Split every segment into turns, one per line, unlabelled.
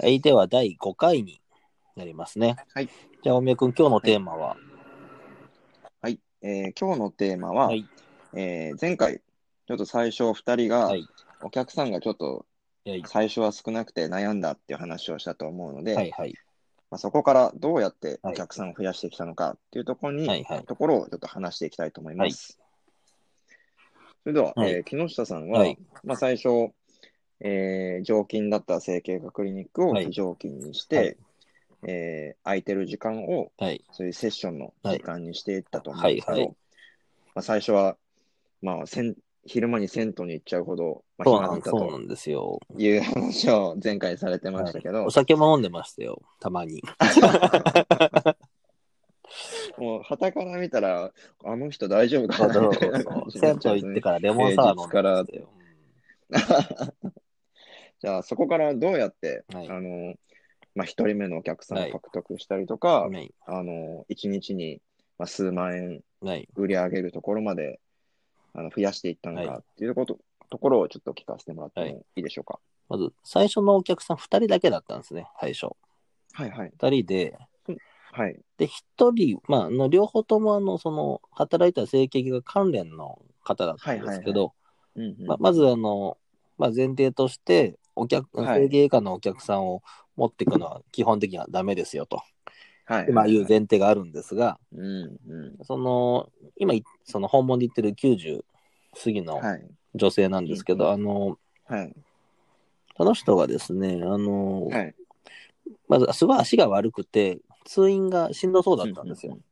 はい、では第5回になりますね。
はい。
じゃあ、大宮君、今日のテーマは、
はい。えー今日のテーマは、
はい、
えー前回、ちょっと最初2人が、
はい
お客さんがちょっと
はい、
最初は少なくて悩んだっていう話をしたと思うので、
はい、はい、
まあ、そこからどうやって
はい
お客さんを増やしてきたのかっていうところに、
はいはい
ところをちょっと話していきたいと思います。それでは、
はい
えー木下さんは、
はい
まあ、最初、えー常勤だった整形外クリニックを
はい
非常勤にして、
はい
えー空いてる時間を
はい、
そういうセッションの時間にしていったと思うんですけど、
はいはい
まあ、最初は、まあ、せん昼間に銭湯に行っちゃうほど、まあ、
そう
暇
な
だ
ん
った
そうな
と
んですよ。
いう話を前回されてましたけど、
はいお酒も飲んでましたよ、たまに。
もう、旗から見たら、あの人大丈夫か
そう
な
そう
みたいな
そ
感
う
じ
銭
にな
湯
っちゃう
行って
んですね
からレモンサワー飲んでましたよ。
じゃあ、そこからどうやって、
はい
あの、まあ、一人目のお客さん
は
を
い
獲得したりとか、
はい、
あの、一日に、まあ、数万円
はい、
売り上げるところまで、あの、増やしていったの
は
かっていうこと、ところをちょっと聞かせてもらって
はい
もいいでしょうか。
まず、最初のお客さん2人だけだったんですね、最初。
はいはい。
2人で、
はい。
で、1人、まあ、あの両方ともあのその働いた整形が関連の方だったんですけど、
うんうん
ままずあの、まあ、前提としてお客
はい
整形外科のお客さんを持っていくのは基本的にはダメですよと、
はい
いまあ、いう前提があるんですが
うんう
その今いその訪問で言ってる90過ぎ
ん。
の
はい。
女性なんですけど、
うん
あの
はい。
その人がですねあの、
はい。
まずすごい足が悪くて通院がしんどそうだったんですよ。
うん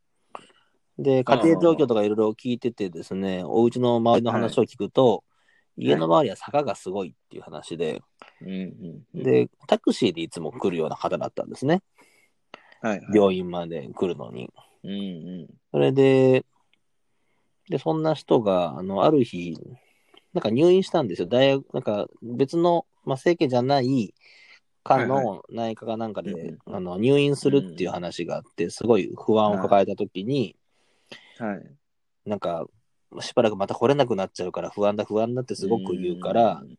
で家庭状況とかいろいろ聞いててですねお家の周りの話を聞くと、
い
家の周りは坂がすごいっていう話で、
うんうんうん。
で、タクシーでいつも来るような方だったんですね。
はい、はい。
病院まで来るのに。
うんうん。
それで、で、そんな人が、あの、ある日、なんか入院したんですよ。大学、なんか別の、まあ、整形じゃない科の内科かなんかで、
うんうん
あの入院するっていう話があって、すごい不安を抱えた時に、
はい。
なんか、しばらくまた来れなくなっちゃうから不安だ不安だってすごく言うから、
うん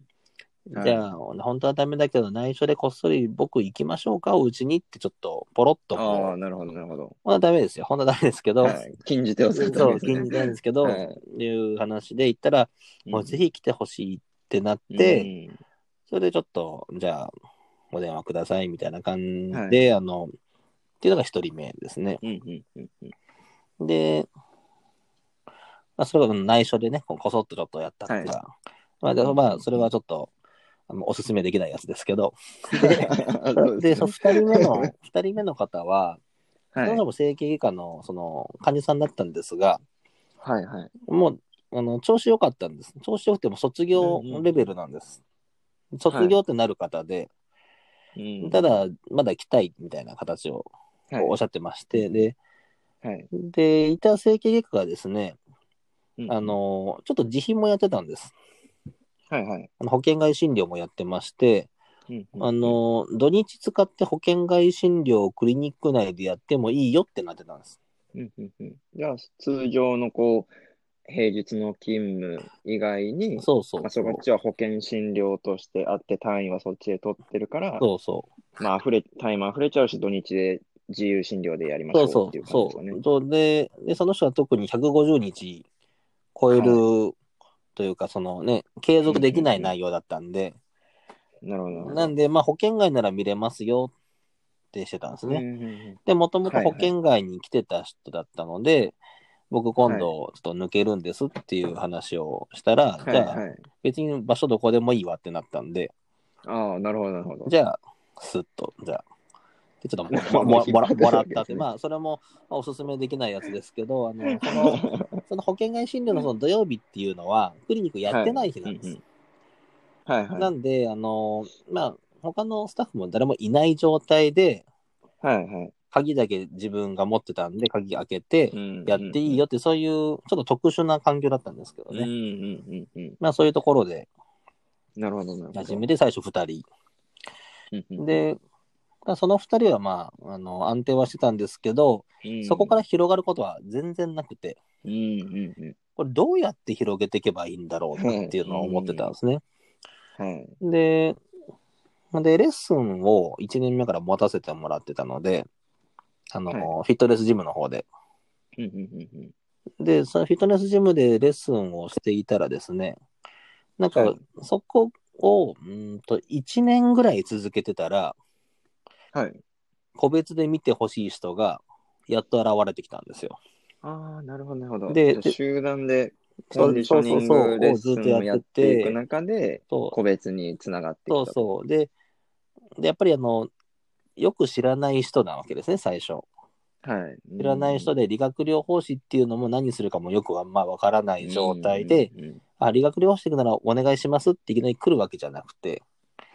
じゃあ、本当はダメだけど、内緒でこっそり僕行きましょうか、おうちにってちょっと、ポロッと
うん、
こ
ああ、
う。
なるほど、なるほど。
本当はダメですよ。本当はダメですけど、
はい、禁じ手をするた
そ
め
う、
ですね。
禁じなんですけど、
はい
いう話で行ったら、もうぜひ来てほしいってなっ
うん、
て、
うん
それでちょっと、じゃあ、お電話くださいみたいな感じで、あの、っていうのが一人目ですね。
うんうんうんうん
で、まあ、それが内緒でね、こうこそっとちょっとやったっていうか、まあで、まあ、それはちょっと、あのおすすめできないやつですけ ど、
そう
で、
です
その2
ね
人目の、二人目の方は、
はい
どうも整形外科の、その、患者さんだったんですが、
はいはい。
もう、あの、調子良かったんです。調子良くても卒業レベルなんです。卒業ってなる方で、
うん
た、だ、まだ来たいみたいな形を
はい
おっしゃってまして、で、
はい
で、いた整形外科がですね、
うん
あ、の、ちょっと自費もやってたんです。
はいはい。
あの保険外診療もやってまして、
うんうん
あ、の、土日使って保険外診療をクリニック内でやってもいいよってなってたんです。
うんうんうんじゃあ、通常のこう、平日の勤務以外に、
そうそう。
まあ、そこっちは保険診療としてあって、単位はそっちで取ってるから、
そうそう。
まあ、溢れ、単位も溢れちゃうし、土日で自由診療でやりまし
そ
ょ
うそう
っていう感じ
そ
ですかね。
うそうでで、その人は特に150日超える、というか、そのね、継続できない内容だったんで、
なるほどなるほど。
なんで、まあ、保険外なら見れますよってしてたんですね。
うんうんうん
で、もともと
はいは
保
い
険外に来てた人だったので、僕、今度、ちょっと抜けるんですっていう話をしたら、
はい
じゃあ、
はい。
別に場所どこでもいいわってなったんで、
ああ、なるほど、なるほど。
じゃあ、すっと、じゃあ、でち ょっ
なる
と
ほ
もも
ど
ももら
引っ張ってる
もら
わ
っ
けですね
たって、まあ、それもまあおすすめできないやつですけど、あのそのその保険外診療のその土曜日っていうのは、クリニックやってない日なんです。
うんうんはいはい。
なんで、あの、まあ、他のスタッフも誰もいない状態で、
はいはい。
鍵だけ自分が持ってたんで、鍵開けて
う、ん
やっていい
よ
よって、そういう、ちょっと特殊な環境だったんですけど
うんうん
ね。
うんうん。
まあ、そういうところで、
なるほど、なるほど。
初めて最初2人。
うんうん
で、まあその2人は、まあ、あの安定はしてたんですけど、
うん
そこから広がることは全然なくて、
うんうん
これどうやって広げていけばいいんだろうなっていうのを思ってたんですね。
うん。はい。
で、で、レッスンを1年目から持たせてもらってたので、あの、
はい
フィットネスジムの方で。
うんうんうんうん。
で、そのフィットネスジムでレッスンをしていたらですね、なん
は
か
い、
そこを、うーんと、1年ぐらい続けてたら、
はい。
個別で見てほしい人が、やっと現れてきたんですよ。
ああ、なるほど、なるほど。
で
じゃあ
で
集団でコ
そ
ンデ
う
ィショ
そう
ニ
そう
ン
そう
グレッ
をず
ス
っとや
ンを
っ
やってていく
て、
中で、
そう
個別につながってい
そう
くと。
そう。で、でやっぱりあの、よく知らない人なわけですね、最初。
はい。
知らない人
で
で理学療法士っていうのも何するかもよくあんまわからない状態で、、
うんうんうん
あ、理学療法士ならお願いしますっていきなり来るわけじゃなくて、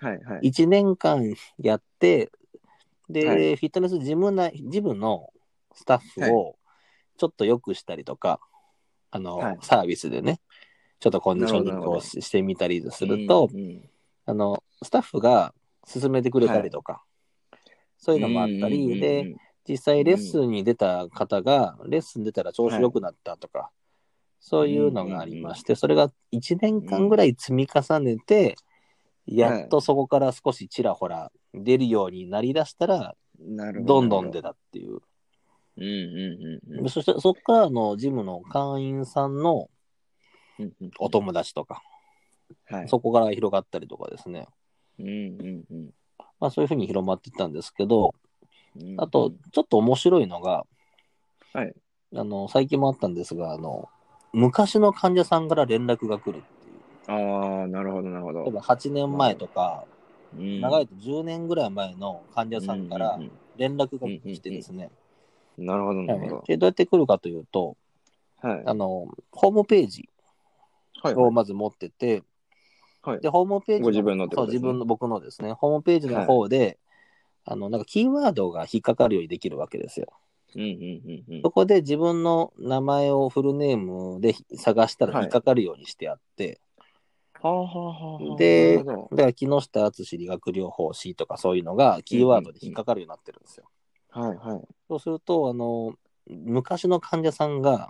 はいはい。
1年間やって、で、
は
フィットネスジム内、ジムのスタッフをちょっと良くしたりとか、あの、
はい
サービスでね、ちょっとコンディショニ
な
ン
る
グ
ほ
を
ど
ししてみたりすると、
うんうん
あの、スタッフが勧めてくれたりとか、そういうのもあったり、
うんうんうんうん
で、実際レッスンに出た方が、レッスン出たら調子良くなったとか、そういうのがありまして、それが1年間ぐらい積み重ねて、やっとそこから少しちらほら出るようになりだしたら、
なるほ
どんどん
な
出
る
たっていう。
ほどうんうんうんうん
そしてそこからあのジムの会員さんの
うんうん。
お友達とか、
はい。
そこから広がったりとかですね。
うんうんうん
まあそういうふうに広まっていったんですけど、
うん
あと、ちょっと面白いのが、
はい。
あの、最近もあったんですが、あの、昔の患者さんから連絡が来るっていう。
ああ、なるほど、なるほ
例えば
ど。
8年前とか、長
長
いと10年ぐらい前の患者さんから連絡が来てですね。
なるほど、な
はい
るほど。
で、どうやって来るかというと、
はい。
あの、ホームページ
はい。
をまず持ってて、
はい
で、ホームページ
ご自分のって
そ
こ
う、
とで
自
すね
分の、僕のですね、ホームページの方で、あの、なんかキーワードが引っかかるようにできるわけですよ。
うんうんうんうん
そこで自分の名前をフルネームで探したら引っかかるようにしてあって、
はあはあはあはあ。
で
なるほど
だから木下敦理学療法士とかそういうのがキーワードで引っかかるようになってるんですよ。
はいはい。
そうすると、あの、昔の患者さんが、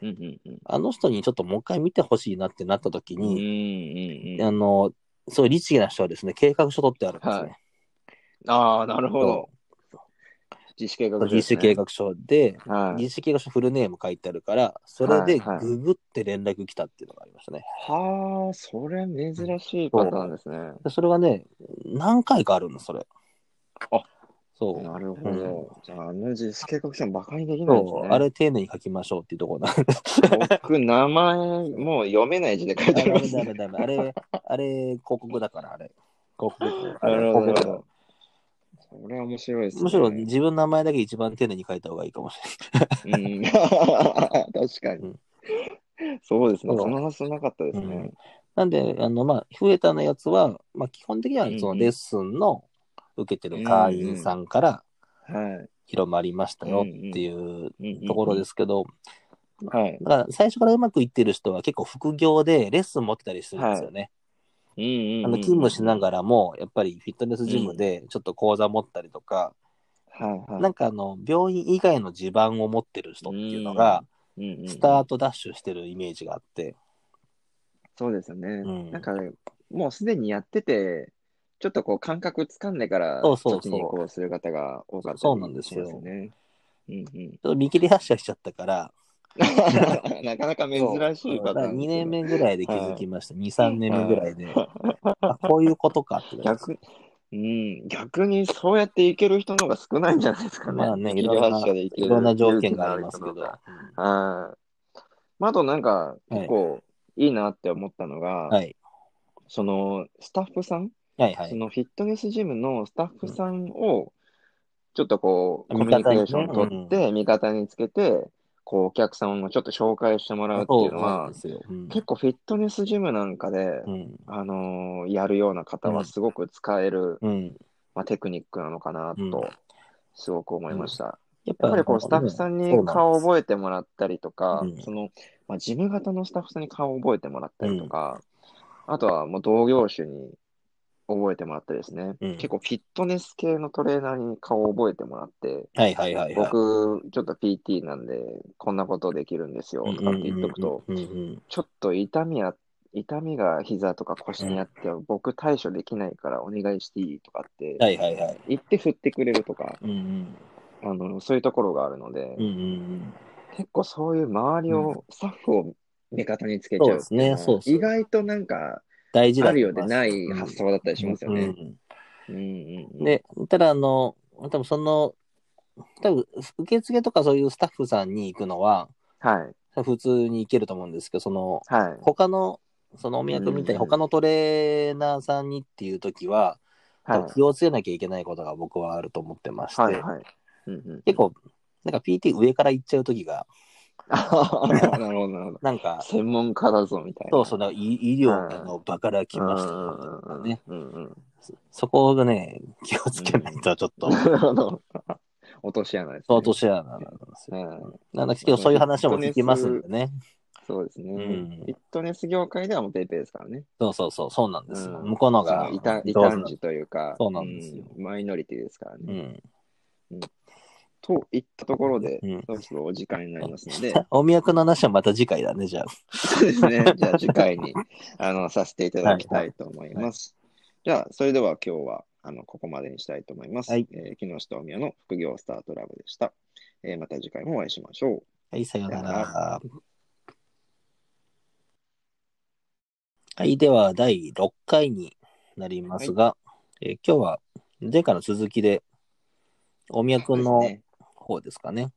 うんうんうん。
あの人にちょっともう一回見てほしいなってなった時
うん
に、
うんうん。
あの、そういう律儀な人はですね、計画書取ってあるんですね。
ああ、なるほ
そ
ど。自主計画
う
書で
自
す
主
ね
計画書で、
はい。
自主計画書フルネーム書いてあるから、それで
はいはい
ググって連絡来たっていうのがありましたね。
はあ、それ珍しいパターンですね。
でそれがね、何回かあるの、それ。
あ
そう。
なるほど。じゃあ、あの自主計画書は馬鹿にできないです
そう
ね。
あれ丁寧に書きましょうっていうところなんです
僕、名前、もう読めない字で書いて
ダ
ありま
メ
す
ダ
ね。
メダ メ。あれ、あれ、広告だから、あれ。広告。あ
な
れ
る
広
ほ
告
ど。な
だか
るほ
ら
どそれは面白いですね。
むしろ自分の名前だけ一番丁寧に書いた方がいいかもしれない。
うん、 確か
う
に
ん。
そうですね。
そ
そうの発想なかったですね。
なんで、あの、まあ、増えたのやつは、まあ、基本的には
うんうん
そのレッスンの受けてる会員さんから
は
広まりましたよっていう
い。。
ところですすけど、
はい。
だから最初からうまくいってる人は結構副業でレッスン持ってたりするんですよね。
うんうんうん
あの勤務しながらも、やっぱりフィットネスジムでちょっと講座持ったりとか、
ら、はいはい。
なんかあの病院以外の地盤を持ってる人っていうのが、
うんうん
スタートダッシュしてるイメージがあって、
そうですよね。
うん
なんか、もうすでにやってて、ちょっとこう感覚つかんでから、
そうそうそう
そっちに移行する方が多かったり
そうなんですよ
しますね。うんうん。
ちょっと見切り発車しちゃったから、
なかなか珍しいパターン。
2年。目ぐらいで気づきました、2、3年目ぐらいで、あこういうことかって感じ
逆、うん、逆にそうやっていける人の方が少ないんじゃないですかね。
まあね、い
医
ろ
療
ん
発
な
射でいける
いろんな条件がありますけど、
勇気のる人の方がはい。まあ、あとなんか、結構いいなって思ったのが、
はい、
そのスタッフさん、
はいは
そ
い。
のフィットネスジムのスタッフさんを、ちょっとこう、
味
コ
方に
ミュニケーション取って、味方につけて、こう、お客さんをちょっと紹介してもらうってい
そうう
の
なん
は
で、すよ。うん
結構フィットネスジムなんかで、
うん
あのーやるような方
う
は
ん
すごく使える、
うん、
まあ、テクニックなのかな
うん
と、すごく思いました。
やっ
やっぱりこう、スタッフさん
そうな
に
です
顔を覚えてもらったりとか、
うん
その、まあ、事務型のスタッフさんに顔を覚えてもらったりとか、あとはもう同業種に覚えてもらってですね、
うん
結構フィットネス系のトレーナーに顔を覚えてもらって、
はいはいはい、はい。
僕、ちょっと PT なんで、こんなことできるんですよとかって言っとくと、
うんうんうんうんうん
ちょっと痛みや痛みが膝とか腰にあって、僕対処できないからお願いしていいとかって、
はいはいはい。
言って振ってくれるとか、
うん
あの、そういうところがあるので、
うん。うんうん
結構そういう周りを、スタッフを味方につけちゃう
そうですねそうそう
意外となんか、
大事だ
あるようでない発想だったりしますよ
う
ね。
ん
うんうんうん、
で、ただあの、多分その、多分受付とかそういうスタッフさんに行くのは、
はい。
普通に行けると思うんですけど、その、
はい。
他の、そのお宮君みたいに
うん
他のトレーナーさんにっていう時は、
は
多
い。
分気をつけなきゃいけないことが僕はあると思ってまして、
はい。はい。うんうん、
結構、なんか PT 上から行っちゃう時が、
あ なるほど、なるほど。
なんか、
専門家だぞ、みたいな。
そうそうだ、医医療
う
の場から来ましたとかね。
うんうんうんうん。
そこがね、気をつけないとちょっと、
なるほど。落とし穴です、ね。
落とし穴なんですよ。
うん
なんだけど、そういう話も聞きますんでね。
そうですね、
うん
フィットネス業界ではもうペイペイですからね。
そうそうそう、そうなんですよ。
うん
向こうの
そ
が
の異端異
上手
端児というか、
そうなんですよ
うんマイノリティですから
う
ね。
ん。
といったところで、
うん
そろそろお時間になりますの で、
お宮君の話はまた次回だね、じゃあ。
そうですね。じゃあ次 回にあのさせていただきたいと思います。じゃあ、それでは今日はあのここまでにしたいと思います。
はい
えー木下おみやの副業スタートラブでした、えーまた次回もお会いしましょう。
はい、さような
さような
ら。はい、では第6回になりますが、えー今日は前回の続きで、お宮君
で
の
すね
方ですかね。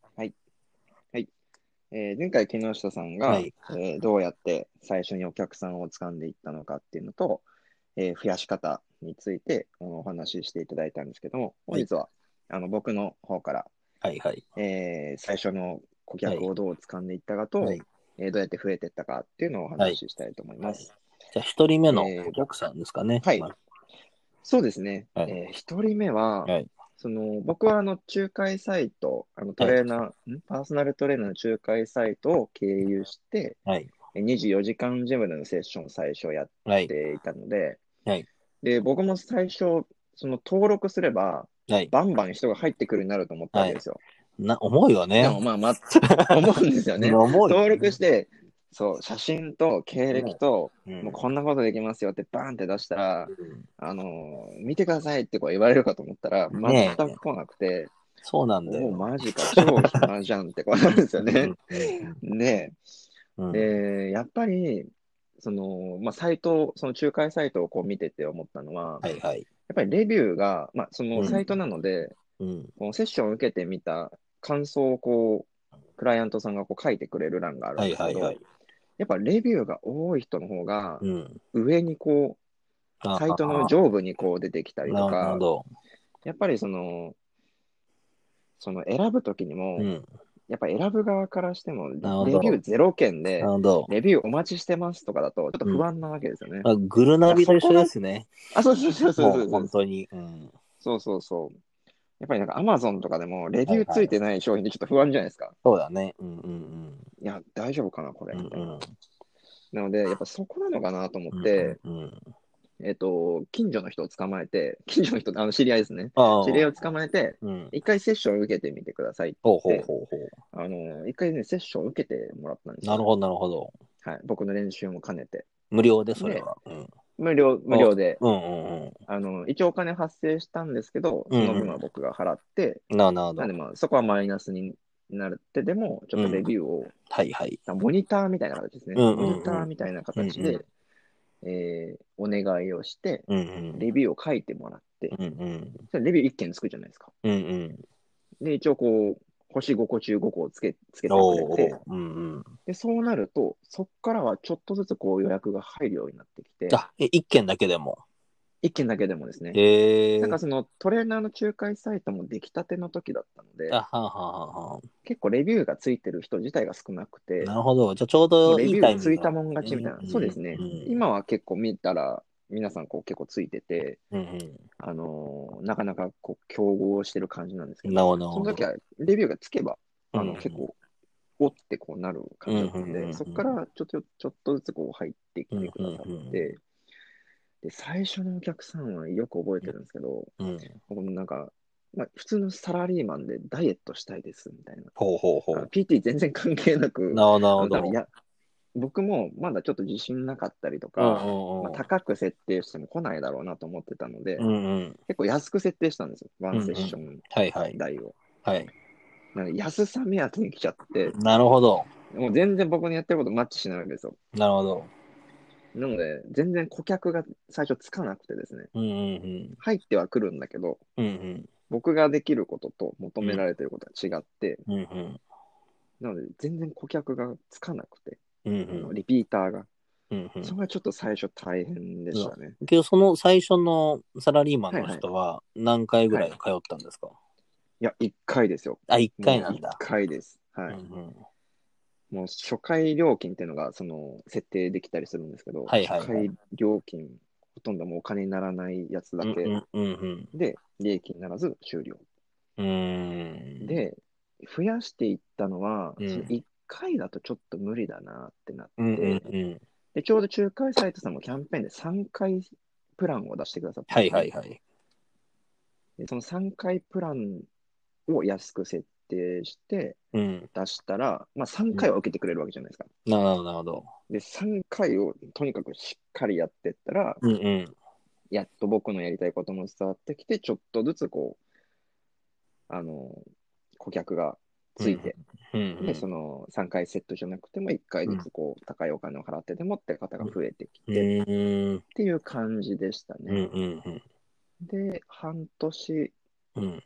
えー前回木下さんが、
はい
えーどうやって最初にお客さんを掴んでいったのかっていうのと、えー増やし方についてあのお話ししていただいたんですけども、本日は、あの僕の方から、
はいはい。
えー最初の顧客をどう掴んでいったかと、
はい、
えーどうやって増えていったかっていうのをお話ししたいと思います。
じゃあ、1人目の
えー
お客さんですかね。
はい
まあ
そうですね、
はい
え1人目は、
はい
その僕はあの仲介サイト、あのトレーナー、んパーソナルトレーナーの仲介サイトを経由して、
はい。
24時間ジムでのセッションを最初やっ
はい。
ていたので、
はい
で僕も最初、その登録すれば、
はい。
バンバン人が入ってくるようになると思ったんですよ。
な、思うよね。
でもまあ、ま あ、思うんですよね。
思うよ
登録して、そう、写真と経歴と、
うん
もうこんなことできますよってバーンって出したら、あのー見てくださいってこう言われるかと思ったら、
ねえ
全く来なくて、
そうなんだ
もう
よ。
マジか、超暇じゃんってこうなるんです よね。で、
うんうん
で、やっぱり、その、まあ、サイト、その仲介サイトをこう見てて思ったのは、
はいはい。
やっぱりレビューが、まあ、そうの
ん
サイトなので、
うん。
このセッションを受けてみた感想をこう、クライアントさんがこう書いてくれる欄があるん
は
で
い
すけど、
はいはい。
やっぱレビューが多い人の方が、
うん。
上にこう、サイトの
上
上部にこう出てきたりと
なる
か
ほ、ど。
やっぱりその、その選ぶときにも、
うん。
やっぱ選ぶ側からしても、レ
なるほど
ビュー0件で
なる、ほど。
レビューお待ちしてますとかだと、ちょっと不安なわけですよね。
あグルナビと一緒ですね。
あ、そうそうそうそう
も
そううそう
本当に。うん。
そうそうそう。やっぱりなんか Amazon とかでもレビューついてない商品でちょっと不安じゃないですか。
そうだね。うんうん
いや、大丈夫かな、これ。
うん。
みたいな。
うん
なので、やっぱそこなのかなと思
うん
って、、
うんうん
えっと、近所の人を捕まえて、近所の人、あの知り合いですね。
ああ
知り合いを捕まえて、
うん。
一回セッションを受けてみてください。
ほうほうほうほう。
あの、一回ね、セッションを受けてもらったんですよ
なるほど、なるほど。
はい。僕の練習も兼ねて。
無料で、それは。うん
無料、無料で、
うんうん
あの、一応お金発生したんですけど、その分は僕が払って、
うん。なるほど
なん。でまあそこはマイナスになってでも、ちょっとレビューを、
はいはい。
モニターみたいな形ですね。
うんうんうん
モニターみたいな形で、えーお願いをして、
うんうん。
レビューを書いてもらって、
うんうん。
それレビュー1件つくじゃないですか。
うんうん。
で、一応こう、星5個中5個をつけつけて
お
くれ
ー
て、
うんうん。
で、そうなると、そこからはちょっとずつこう予約が入るようになってきて、
あ、え一件だけでも。
1件だけでもですね、
へえ。
なんかそのトレーナーの仲介サイトも出来たての時だったので
あ、、はあはあはあはあ。
結構レビューがついてる人自体が少なくて、
なるほど。じゃあちょうど
レ
いい
ビュ
タイミ
ー
ング。
ついたもん勝ちみたいな。
うん
そうですね、
うん
今は結構見たら、皆さんこう結構ついてて、
うん
あのーなかなかこう競合してる感じなんです
う
け
ん。
ど、
なるほど。
その時はレビューがつけば、あ
う
の
ん
結構、おってこうなる感じだったんで、
うんうんうんうん
そこからちょっとちょっとずつこう入ってきてくださって、
うんうんうん
で、最初のお客さんはよく覚えてるんですけど、
うん。
僕もなんか、まあ、普通のサラリーマンでダイエットしたいですみたいな。
ほうほうほ
あの
う。
PT 全然関係なく、
なるほどなる
あ
ほ
の多
ど
分。や僕もまだちょっと自信なかったりと
うん
か、まあ、高く設定しても来ないだろうなと思ってたので、
うんうん。うんうん。
結構安く設定したんですよ、ワンセッション
はいはい。
代を。
はい。
なんか安さ目当てに来ちゃって、
なるほど。
もう全然僕のやってることマッチしないわけですよ。
なるほど。
なので、全然顧客が最初つかなくてですね、
うんうん
入ってはくるんだけど、
うん。うん
僕ができることと求められてることは違って、
うん。うんうん。
なので、全然顧客がつかなくて、
うん
あのリピーターが、
うんうん。
それがちょっと最初大変でしたね。
けど、その最初のサラリーマンの人は何回ぐらい通ったんですか、
いや、1回ですよ。
あ、一回なんだ
1。回です。はい。
うんうん
もう初回料金っていうのが、その、設定できたりするんですけど、
はいはいはい
初回料金、ほとんどもうお金にならないやつだ
う
け、
んうん
で、利益にならず終了。
うんうん。、
で、増やしていったのは、
うん
その1回だとちょっと無理だなってなって、
うんうんうん。
でちょうど仲介サイトさんもキャンペーンで3回プランを出してくださって、
はいはいはい。
でその3回プランを安く設定して
うん。
出したら、まあ、3回は受けてくれるわけじゃないですか。
なるほど、なるほど。
で、3回をとにかくしっかりやってったら、
うんうん。
やっと僕のやりたいことも伝わってきて、ちょっとずつこう、あの、顧客がついて、
うんうん
で、その3回セットじゃなくても1回ずつこう、高いお金を払ってでもって方が増えてき
う
てっ
んうん
ていう感じでした
うん
ね。
うん
で、半年
うん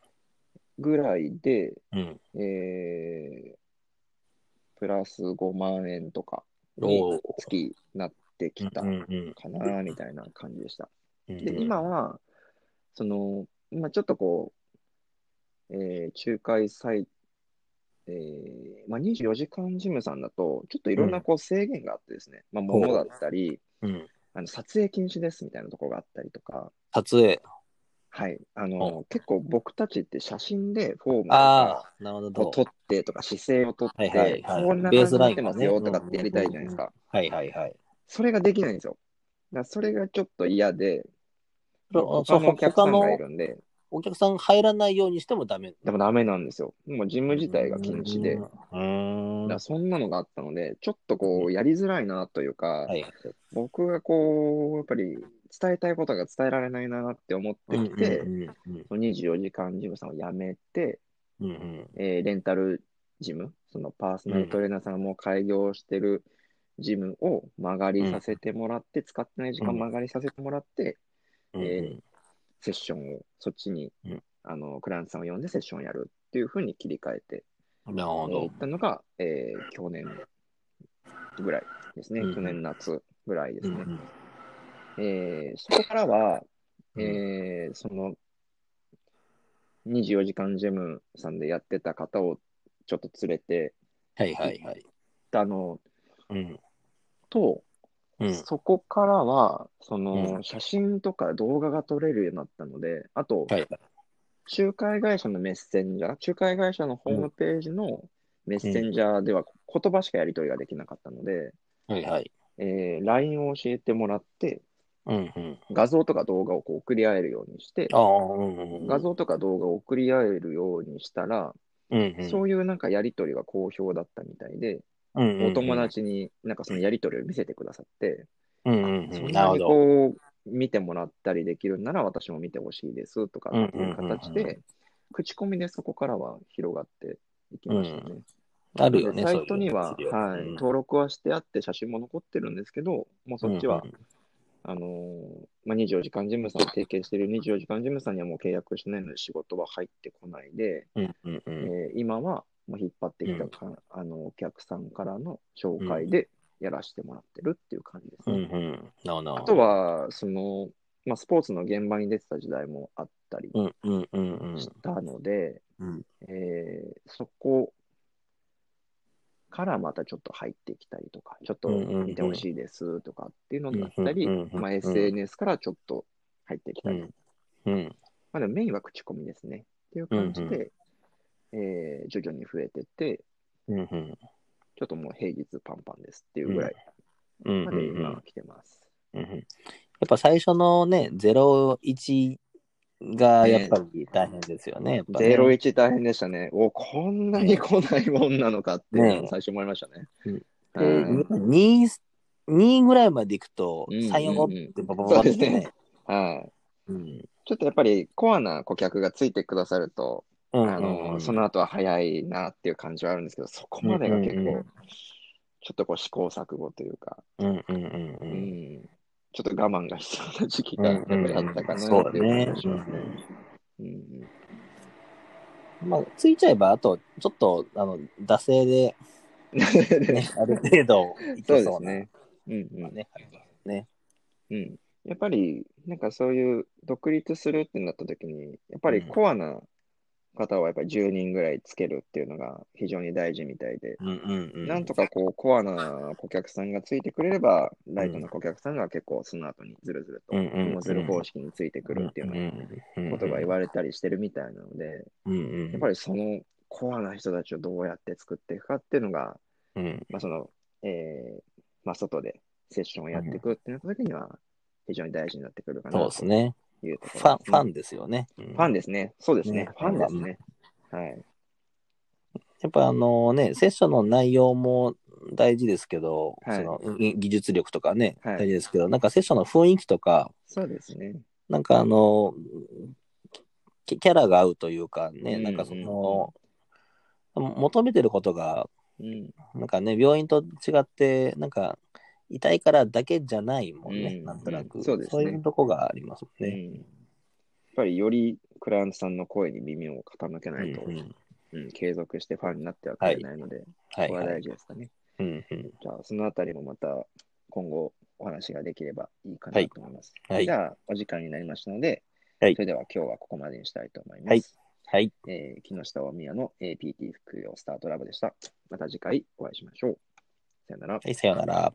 ぐらいで、
うん。
えー、プラス5万円とか
おー
に月なってきた
う
か
んうん
な、みたいな感じでした。
うん。
で、今は、その、今ちょっとこう、えー、仲介サイト、えーまあ、24時間事務さんだと、ちょっといろんなこう制限があってですね、まあ、
ほう
物だったり、
うん、
あの撮影禁止ですみたいなところがあったりとか、
撮影。
はい、あ
ほ
の、結構僕たちって写真でフォームと
あ
か
あ、なるほ
を
ど
撮。ってとか姿勢を撮って、
はいはいはい
こんな
ベー
感じ
ス
に
ライ
な
ン
ってます
ね
よとかってやりたいじゃないですか。
はいはいはい。
それができないんですよ。だからそれがちょっと嫌で、
そ
他のお客さんがいるんで、
お客さん入らないようにしてもダメ。
でもダメなんですよ。もうジム自体が禁止で。
う
だか
ん。
らそんなのがあったので、ちょっとこう、やりづらいなというか、
はい。
僕がこう、やっぱり伝えたいことが伝えられないなって思ってきて、
うんうん
24時間ジムさんを辞めて、
うんうん
えーレンタルジム、そのパーソナルトレーナーさんも開業してるジムを曲がりさせてもらって、使ってない時間曲がりさせてもらって、
うんうん
セッションを、そっちに、
うん
あの、クライアントさんを呼んでセッションをやるっていうふうに切り替えて、
なるほ
えー
ど
行っ。たのが、えー去年ぐらいですね、
うん
去年夏ぐらいで
う
す
ん
ね。
うん
えーそこからは、
うん
えーその24時間ジムさんでやってた方をちょっと連れて
はいはいはい。
たの
うん
と、
うん
そこからはその、
うん
写真とか動画が撮れるようになったので、あと、
はい
仲介会社のメッセンジャー、仲介会社のホームページのメッセンジャーでは言葉しかやり取りができなかったので、
はいはい。
えー LINE を教えてもらって、
うんうん。
画像とか動画をこう送り合えるようにして、
ああ、うんうん。
画像とか動画を送り合えるようにしたら、
うんうん。
そういうなんかやり取りが好評だったみたいで、
うんうんうん
お友。達になんかそのやり取りを見せてくださって、
うんうん
そ
うんん。なる
な
ほ
に
ど。
こう見てもらったりできるんなら私も見てほしいですとかっていう形
うんうんうん
で、口コミでそこからは広がっていきましたね。
うあるよね、
でサ
そういう
イトには、
資料
はい
うん
登録はしてあって写真も残ってるんですけど、もうそっちは、
うんうん
あのーまあ、24時間事務さん、提携している24時間事務さんにはもう契約しないので仕事は入ってこないで、
うんうんうん。
えー今はもう引っ張ってきたか、あのお客さんからの紹介でやらせてもらってるっていう感じです
うん
ね。
うん。なおなお。
あと、は、その、まあ、スポーツの現場に出てた時代もあったり
うんうんうんうん
したので、
うん。
えーそこからまたちょっと入ってきたりとか、ちょっと見てほしいですとかっていうのだったり
うんうんうんう、ん
まあ SNS からちょっと入ってきた
う
り
ん。うん。
まあ、でもメインは口コミですね。っていう感じで、えー徐々に増えてって、
うんうん。
ちょっともう平日パンパンですっていうぐらい
うん
ま
うん
で
うん
今来てます。
うんうんやっぱ最初のね、01がやっぱり大変ですよね。やっぱね
01大変でしたね。お、こんなに来ないもんなのかっていうの
ね
を最初思いましたね。
で、
うん
2、2ぐらいまで行くと、
うんうんうん
3、4、5ってババババって
そうです
ね。
はい。
うん。
ちょっとやっぱりコアな顧客がついてくださると、
うん
あ
うんう
の
ん
その後は早いなっていう感じはあるんですけど、そこまでが結
うんうんう
構、ちょっとこう試行錯誤というか、
うんうんう
うんん、ちょっと我慢が必要な時期
うん。
がやっぱりあったか
そ
なっ
う
ていう
ね
感じが。し
う
ますね。
ん
うん
まあ、ついちゃえば、あと、ちょっと、あの、惰性で、
うん
ね、ある程度、い
そう
け
で
そ
す
うな、
ね。うん
まあ
う
ね、ありますね。
んうん、やっぱり、なんかそういう独立するってなった時に、やっぱりコアな方はやっぱり10人ぐらいつけるっていうのが非常に大事みたいで、
うんうんうん。
なんとかこうコアな顧客さんがついてくれれば、ライトな顧客さんが結構その後にずるずると、
うんうんうん
もうずる方式についてくるっていうようなことが言われたりしてるみたいなので、
うんうん。
やっぱりそのコアな人たちをどうやって作っていくかっていうのが、
り、うん
まあ、その、えーまあ、外でセッションをやっていくってなった時には、非常に大事になってくるかな
そう
と
ですね。
いうと
フ
こ
ァン
ろ、
ファンですよね。フ
ファンですね。そうですね
ね。
ファンですね。はい。
やっぱあのね、セッションの内容も大事ですけど、
は
そ
い
のい技術力とかね、
はい
大事ですけど、なんかセッションの雰囲気とか、
そうですね。
なんかあの、キキャラが合うというかね、
うん
なんかその、求めてることが、
うん。
なんかね、病院と違って、なんか、痛いからだけじゃないもんね、
うん
なんとなく、
そうですね
いうとこがありますもん
う
ね。
んやっぱりよりクライアントさんの声に耳を傾けないと、
うんうん
うん継続してファンになってはくれないので、
は
こ
い、
れは
は
大
い。
事ですかね。
うんうん
じゃあ、そのあたりもまた今後お話ができればいいかなと思います。
はい
じ。ゃあ、お時間になりましたので、
はい
それでは今日はここまでにしたいと思います。
はいはい。
えー木下大宮の APT 副業スタートラボでした。また次回お会いしましょう。さよなら。
はい、さようなら。